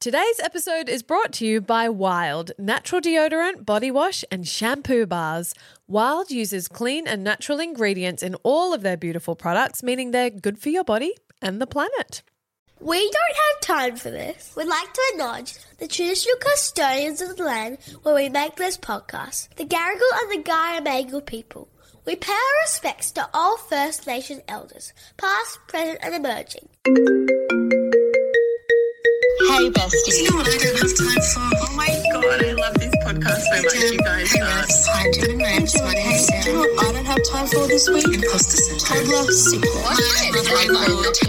Today's episode is brought to you by Wild natural deodorant, body wash, and shampoo bars. Wild uses clean and natural ingredients in all of their beautiful products, meaning they're good for your body and the planet. We don't have time for this. We'd like to acknowledge the traditional custodians of the land where we make this podcast, the Garigal and the Guyamagal people. We pay our respects to all First Nation elders, past, present, and emerging. Hey, bestie. You know what I don't have time for? Oh my god, I love this podcast so much, you guys. Hey, are- Revs. Hi, Jim. My name's Money. Hey, Sam. Do you know what I don't have time for this week? Imposter syndrome. Toddler support. What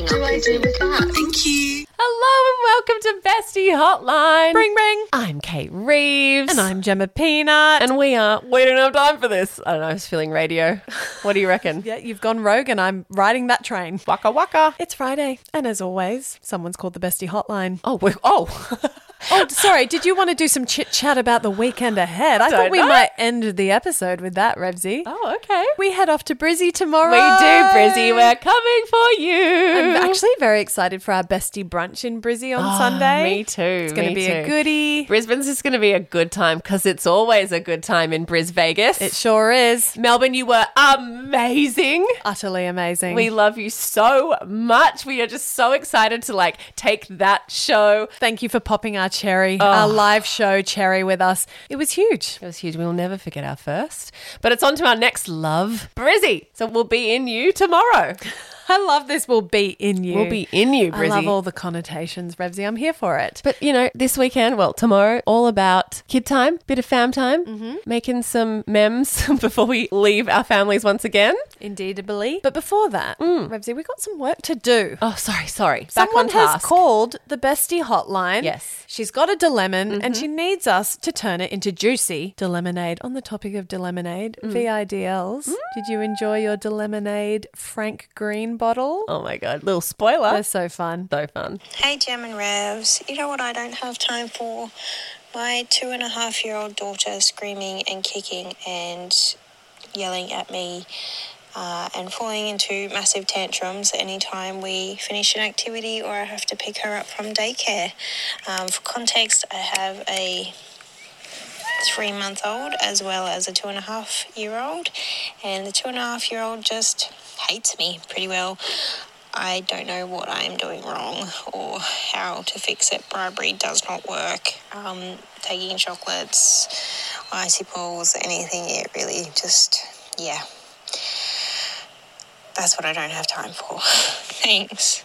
do I do with that? Thank you. Hello and welcome to Bestie Hotline. Ring, ring. I'm Kate Reeves. And I'm Gemma Peanut. And we are. We don't have time for this. I don't know. I was feeling radio. What do you reckon? yeah, you've gone rogue, and I'm riding that train. Waka waka. It's Friday, and as always, someone's called the Bestie Hotline. Oh, we oh. Oh, sorry. Did you want to do some chit chat about the weekend ahead? I thought Don't we know. might end the episode with that, Revsy. oh, okay. We head off to Brizzy tomorrow. We do, Brizzy. We're coming for you. I'm actually very excited for our bestie brunch in Brizzy on Sunday. Ah, Me too. It's going to me be a too. goodie. Brisbane's just going to be a good time because it's always a good time in Bris Vegas. It sure is. Melbourne, you were amazing. Utterly amazing. We love you so much. We are just so excited to like take that show. Thank you for popping our cherry, Oh. our live show cherry with us. It was huge. It was huge. We'll never forget our first. But it's on to our next love, Brizzy. So we'll be in you tomorrow. I love this. We'll be in you. We'll be in you, I Brizzy. love all the connotations, Revsy. I'm here for it. but you know, this weekend, well, tomorrow, all about kid time, bit of fam time, making some memes before we leave our families once again. Indeedably. But before that, Mm. Revsy, we got some work to do. Oh, sorry, sorry. Back Someone on has task. called the bestie hotline. Yes. Mm-hmm. She's got a dilemma and she needs us to turn it into juicy delemonade. On the topic of delemonade, Mm. VIDLs. Did you enjoy your delemonade Frank Green bottle? oh my god, little spoiler. They're so fun. so fun. Hey, Gem and Revs. You know what I don't have time for? My two and a half year old daughter screaming and kicking and yelling at me uh, and falling into massive tantrums anytime we finish an activity or I have to pick her up from daycare. Um, for context, I have a three month old as well as a two and a half year old, and the two and a half year old just hates me pretty well. I don't know what I am doing wrong or how to fix it. Bribery does not work. Um, taking chocolates, icy balls, anything, it really just, yeah. That's what I don't have time for. Thanks.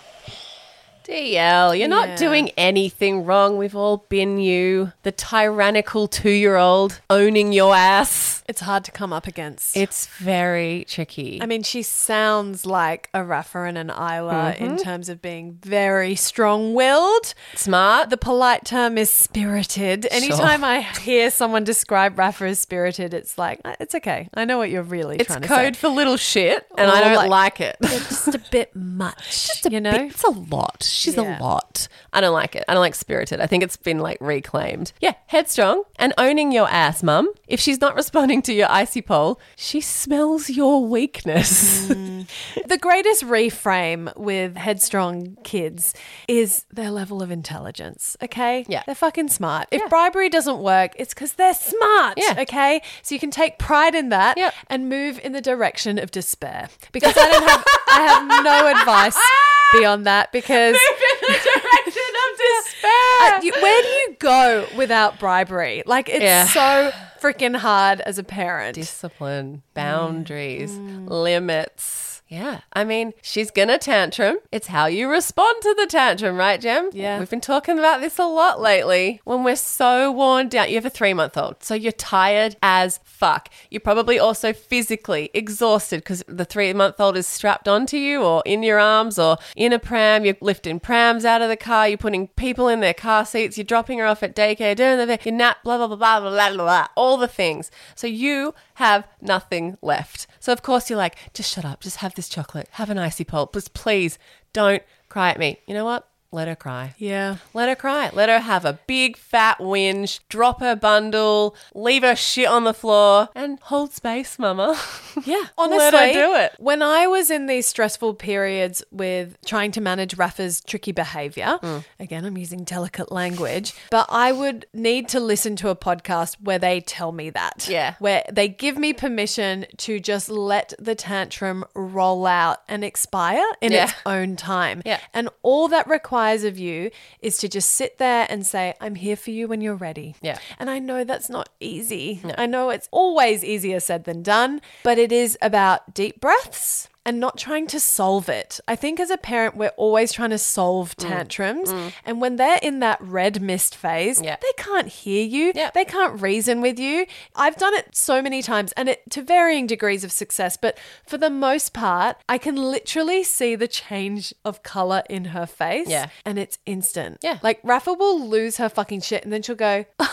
DL, you're Yeah. not doing anything wrong. We've all been you, the tyrannical two year old owning your ass. It's hard to come up against. It's very tricky. I mean, she sounds like a Raffa and an Isla in terms of being very strong willed. Smart. The polite term is spirited. Anytime I hear someone describe Rafa as spirited, it's like, "Uh, it's okay. I know what you're really It's trying to code say. for little shit, and I Or don't like- like, it. It's just a bit much, you know? It's a lot. She's Yeah. a lot. I don't like it. I don't like spirited. I think it's been like reclaimed. Yeah, headstrong and owning your ass, mum. If she's not responding to your icy pole, she smells your weakness. The greatest reframe with headstrong kids is their level of intelligence, okay? Yeah. They're fucking smart. If bribery doesn't work, it's because they're smart, Yeah. okay? So you can take pride in that Yep. and move in the direction of despair. Because I don't have, I have no advice beyond that because. Uh, you- where do you go without bribery? Like, it's Yeah. so freaking hard as a parent. discipline, boundaries, limits. Yeah. I mean, she's going to tantrum. It's how you respond to the tantrum, right, Jem? Yeah. We've been talking about this a lot lately when we're so worn down. You have a three month old, so you're tired as fuck. You're probably also physically exhausted because the three month old is strapped onto you or in your arms or in a pram. You're lifting prams out of the car. You're putting people in their car seats. You're dropping her off at daycare, doing the thing, your nap, blah, blah, blah, blah, blah, blah, blah, blah, all the things. So you have nothing left. So of course you're like, just shut up, just have this chocolate, have an icy pulp, just please don't cry at me. You know what? Let her cry. Yeah. Let her cry. Let her have a big fat whinge, drop her bundle, leave her shit on the floor, and hold space, mama. Yeah, honestly, Let her do it. When I was in these stressful periods with trying to manage Rafa's tricky behavior, Mm. again, I'm using delicate language, but I would need to listen to a podcast where they tell me that. Yeah. Where they give me permission to just let the tantrum roll out and expire in Yeah. its own time. Yeah. And all that requires of you is to just sit there and say, I'm here for you when you're ready. Yeah. And I know that's not easy. I know it's always easier said than done, but it is about deep breaths and not trying to solve it. I think as a parent, we're always trying to solve Mm. tantrums. And when they're in that red mist phase, Yeah. they can't hear you. Yeah. They can't reason with you. I've done it so many times and it to varying degrees of success, but for the most part, I can literally see the change of color in her face. Yeah. And it's instant. Yeah. Like Rafa will lose her fucking shit and then she'll go,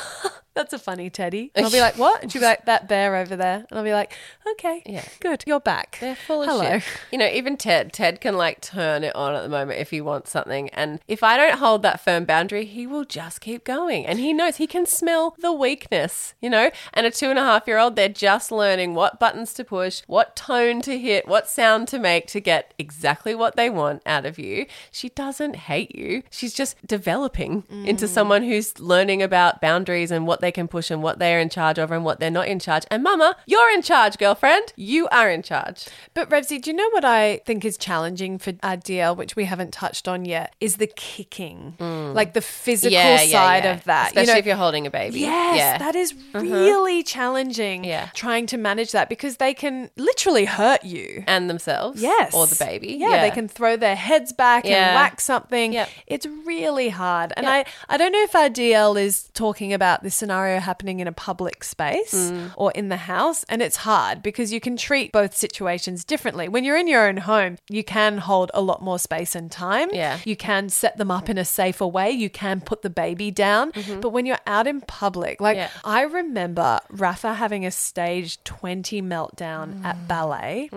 That's a funny teddy. And I'll be like, What? And she'll be like, That bear over there. And I'll be like, Okay. Yeah. Good. You're back. They're full of Hello. shit. You know, even Ted, Ted can like turn it on at the moment if he wants something. And if I don't hold that firm boundary, he will just keep going. And he knows he can smell the weakness, you know? And a two and a half year old, they're just learning what buttons to push, what tone to hit, what sound to make to get exactly what they want out of you. She doesn't hate you. She's just developing into someone who's learning about boundaries and what they can push and what they're in charge of and what they're not in charge. And mama, you're in charge, girlfriend. You are in charge. But Revsy, do you know what I think is challenging for Adia, which we haven't touched on yet, is the kicking, Mm. like the physical side of that. Especially you know, if you're holding a baby. Yes, yeah. Uh-huh. that is really challenging. Yeah. trying to manage that because they can literally hurt you. and themselves. Yes, Or the baby. Yeah, they can throw their heads back and Yeah. whack something. Yep. It's really hard, and I I don't know if our DL is talking about this scenario happening in a public space Mm. or in the house, and it's hard because you can treat both situations differently. When you're in your own home, you can hold a lot more space and time. Yeah. you can set them up in a safer way. You can put the baby down, but when you're out in public, like Mm-hmm. Yeah. I remember Rafa having a stage 20 meltdown Mm. at ballet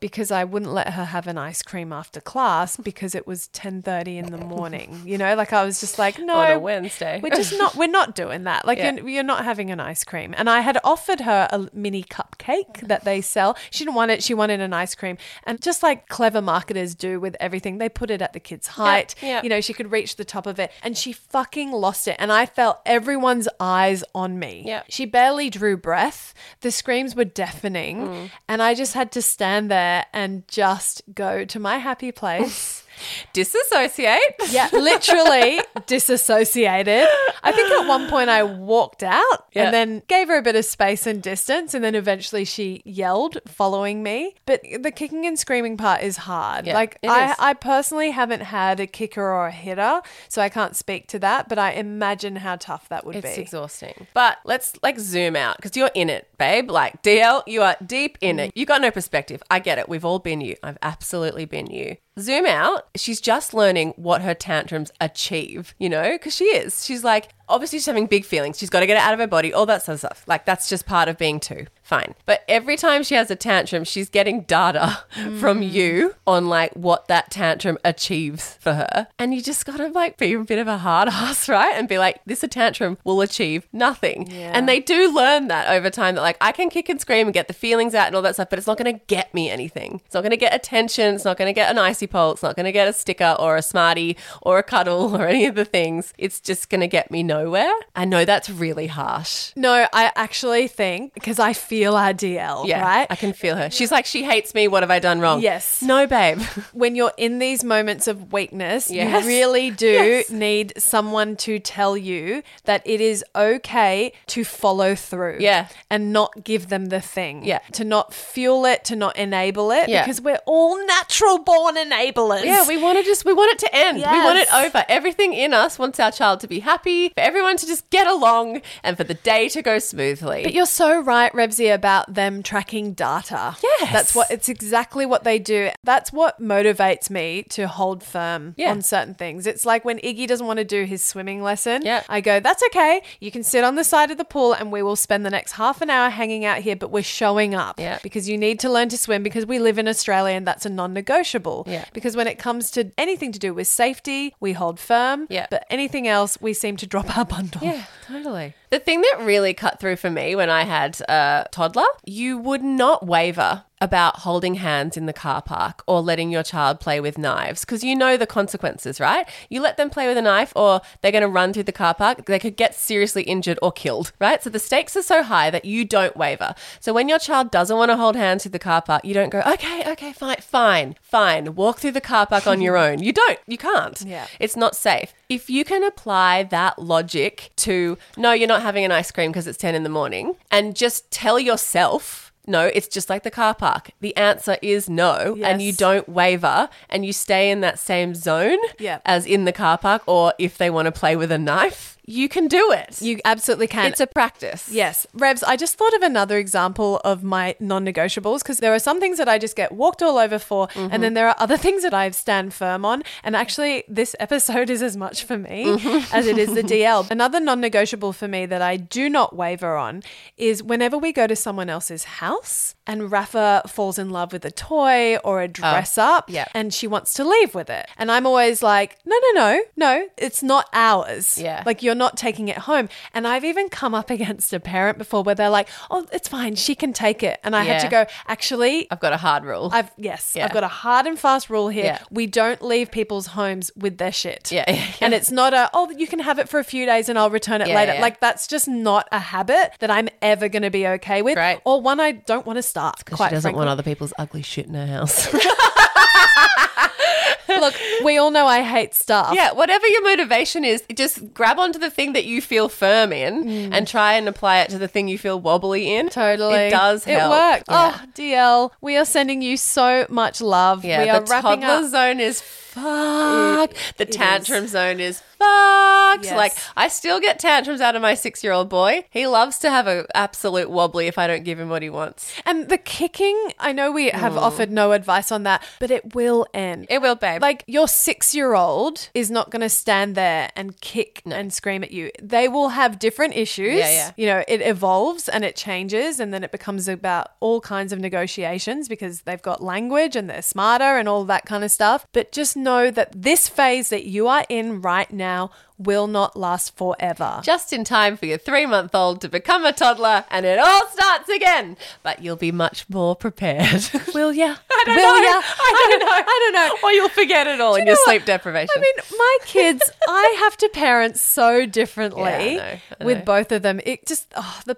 because I wouldn't let her have an ice cream after class because it was 10:30 in the morning. You know, like I was just like, no, On a Wednesday. we're just not we're not doing that. Like Yeah. you're, you're not having an ice cream. And I had offered her a mini cupcake that they sell. She didn't want it. She wanted an ice cream. And just like clever marketers do with everything, they put it at the kid's height. yeah. You know, she could reach the top of it and she fucking lost it and I felt everyone's eyes on me. Yeah. She barely drew breath. The screams were deafening Hmm. and I just had to stand there and just go to my happy place. Disassociate. Yeah, literally disassociated. I think at one point I walked out Yeah. and then gave her a bit of space and distance. And then eventually she yelled, following me. But the kicking and screaming part is hard. Yeah, like, it I, is. I personally haven't had a kicker or a hitter, so I can't speak to that. But I imagine how tough that would It's be. exhausting. But let's like zoom out because you're in it, babe. Like DL, you are deep in it. You got no perspective. I get it. We've all been you. I've absolutely been you. Zoom out. She's just learning what her tantrums achieve, you know, because she is. She's like, obviously, she's having big feelings. She's got to get it out of her body, all that sort of stuff. Like, that's just part of being two. Fine. But every time she has a tantrum, she's getting data from you on like what that tantrum achieves for her. And you just gotta like be a bit of a hard ass, right? And be like, this a tantrum will achieve nothing. And they do learn that over time that like I can kick and scream and get the feelings out and all that stuff, but it's not gonna get me anything. It's not gonna get attention, it's not gonna get an icy pole, it's not gonna get a sticker or a smartie or a cuddle or any of the things. It's just gonna get me nowhere. I know that's really harsh. No, I actually think because I feel our DL, Yeah, right? I can feel her. She's like, she hates me. What have I done wrong? Yes. No, babe. when you're in these moments of weakness, Yes. you really do Yes. need someone to tell you that it is okay to follow through. Yeah. And not give them the thing. Yeah. To not fuel it, to not enable it. Yeah. Because we're all natural born enablers. Yeah, we want to just we want it to end. We want it Yes. over. Everything in us wants our child to be happy, for everyone to just get along and for the day to go smoothly. But you're so right, Rebsy, about them tracking data. Yes. That's what it's exactly what they do. That's what motivates me to hold firm Yeah. on certain things. It's like when Iggy doesn't want to do his swimming lesson. Yeah. I go, that's okay. You can sit on the side of the pool and we will spend the next half an hour hanging out here, but we're showing up. Yeah. Because you need to learn to swim because we live in Australia and that's a non negotiable. Yeah. Because when it comes to anything to do with safety, we hold firm. Yeah. But anything else, we seem to drop our bundle. Yeah, totally. The thing that really cut through for me when I had a toddler, you would not waver about holding hands in the car park or letting your child play with knives because you know the consequences, right? You let them play with a knife or they're going to run through the car park, they could get seriously injured or killed, right? So the stakes are so high that you don't waver. So when your child doesn't want to hold hands through the car park, you don't go, "Okay, okay, fine, fine, fine. Walk through the car park on your own." You don't. You can't. Yeah. It's not safe. If you can apply that logic to, no, you're not having an ice cream because it's 10 in the morning, and just tell yourself, no, it's just like the car park. The answer is no, and you Yes. don't waver and you stay in that same zone Yeah. as in the car park, or if they want to play with a knife, you can do it. You absolutely can. it's a practice. Yes. Rebs, I just thought of another example of my non negotiables because there are some things that I just get walked all over for, and then there are other things that I stand firm on. And actually, this episode is as much for me as it is the DL. Another non negotiable for me that I do not waver on is whenever we go to someone else's house and Rafa falls in love with a toy or a dress up yeah. and she wants to leave with it. And I'm always like, no, no, no, no, it's not ours. Yeah. Like, you're not taking it home. And I've even come up against a parent before where they're like, oh, it's fine, she can take it. And I had to Yeah. go, actually, I've got a hard rule. I've, yes, Yeah. I've got a hard and fast rule here. Yeah. We don't leave people's homes with their shit. Yeah, yeah, And it's not a, oh, you can have it for a few days and I'll return it Yeah, later. yeah. Like, that's just not a habit that I'm ever going to be okay with. Right. Or one I don't want to start, quite she doesn't frankly. want other people's ugly shit in her house. Look, we all know I hate stuff. Yeah, whatever your motivation is, just grab onto the thing that you feel firm in and try and apply it to the thing you feel wobbly in. Mm. Totally. It does help. It worked. Yeah. Oh, DL, we are sending you so much love. yeah, we are the wrapping toddler up. zone is fucked. The is. tantrum zone is fucked. Yes. Like, I still get tantrums out of my six year old boy. He loves to have an absolute wobbly if I don't give him what he wants. And the kicking, I know we have offered no advice on that, but it will end. Mm. It will, babe. like your six year old is not going to stand there and kick and scream at you. They will have different issues. Yeah, yeah. You know, it evolves and it changes, and then it becomes about all kinds of negotiations because they've got language and they're smarter and all that kind of stuff. But just know that this phase that you are in right now will not last forever. just in time for your three month old to become a toddler and it all starts again. But you'll be much more prepared. Will ya? I don't will know. Ya? I don't know. I don't know. or you'll forget it all in you your know what? sleep deprivation. I mean, my kids, I have to parent so differently Yeah, I know, I know. with both of them. It just, oh, the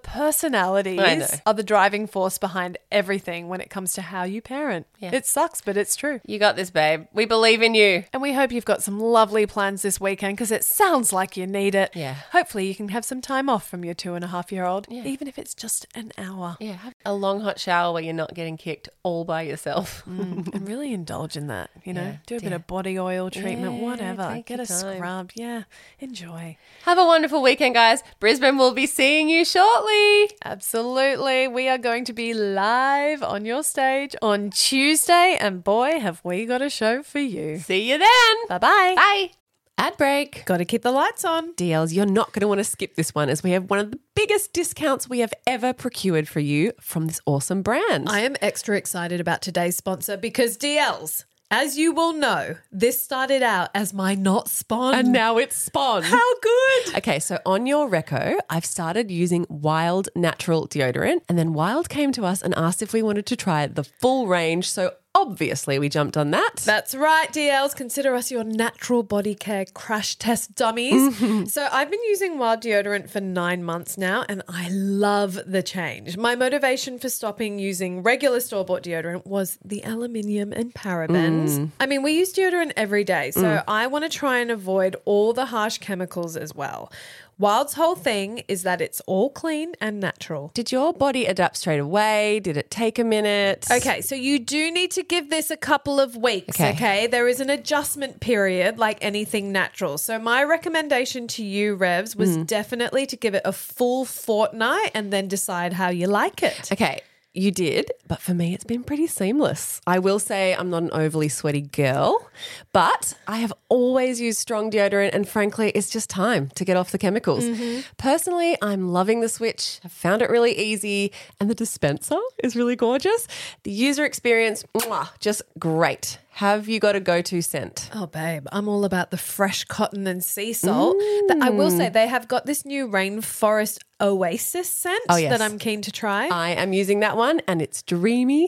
personalities are the driving force behind everything when it comes to how you parent. It sucks, but it's true. you got this, babe. We believe in you. And we hope you've got some lovely plans this weekend because it sounds like you need it. Yeah. Hopefully, you can have some time off from your two and a half year old, even if it's just an hour, Yeah, have a long hot shower where you're not getting kicked all by yourself. and really indulge in that. You know, do a bit of body oil treatment, Yeah, whatever. take Get your a time. scrub. Yeah, enjoy. Have a wonderful weekend, guys. Brisbane will be seeing you shortly. Absolutely. We are going to be live on your stage on Tuesday, and boy, have we got a show for you. See you then. Bye bye. Bye. Ad break. Got to keep the lights on. deals. You're not going to want to skip this one as we have one of the biggest discounts we have ever procured for you from this awesome brand. I am extra excited about today's sponsor because DLs, as you will know, this started out as my not spawn. and now it's Spawn. how good. Okay, so on your reco, I've started using Wild Natural deodorant, and then Wild came to us and asked if we wanted to try the full range. So obviously, we jumped on that. That's right, DLs. Consider us your natural body care crash test dummies. So, I've been using wild deodorant for nine months now, and I love the change. My motivation for stopping using regular store bought deodorant was the aluminium and parabens. I mean, we use deodorant every day, so I want to try and avoid all the harsh chemicals as well. Wild's whole thing is that it's all clean and natural. Did your body adapt straight away? Did it take a minute? Okay, so you do need to to give this a couple of weeks, Okay. okay. There is an adjustment period like anything natural. So, my recommendation to you, Revs, was definitely to give it a full fortnight and then decide how you like it. Okay, you did, but for me, it's been pretty seamless. I will say I'm not an overly sweaty girl, but I have always used strong deodorant, and frankly, it's just time to get off the chemicals. Personally, I'm loving the switch. I've found it really easy, and the dispenser is really gorgeous. The user experience, mwah, just great. Have you got a go to scent? Oh, babe, I'm all about the fresh cotton and sea salt. Th- I Hmm. will say they have got this new rainforest oasis scent Oh, yes. that I'm keen to try. I am using that one and it's dreamy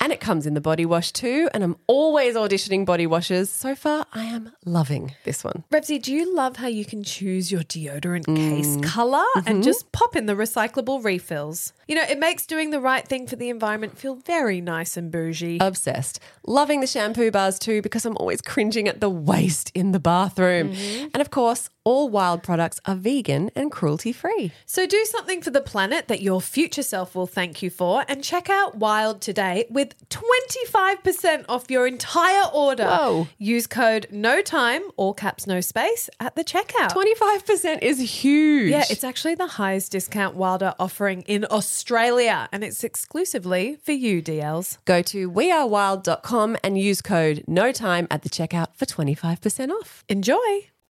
and it comes in the body wash too. And I'm always auditioning body washes. So far, I am loving this one. Revsy, do you love how you can choose your deodorant case color and just pop in the recyclable refills? You know, it makes doing the right thing for the environment feel very nice and bougie. Obsessed. Loving the shampoo bars too because I'm always cringing at the waste in the bathroom. Mm-hmm. And of course, all wild products are vegan and cruelty free. so do something for the planet that your future self will thank you for and check out Wild today with 25% off your entire order. Whoa. Use code no time, all caps no space at the checkout. 25% is huge. yeah, it's actually the highest discount Wild are offering in Australia, and it's exclusively for you, DLs. Go to wearewild.com and use code NOTIME at the checkout for 25% off. Enjoy!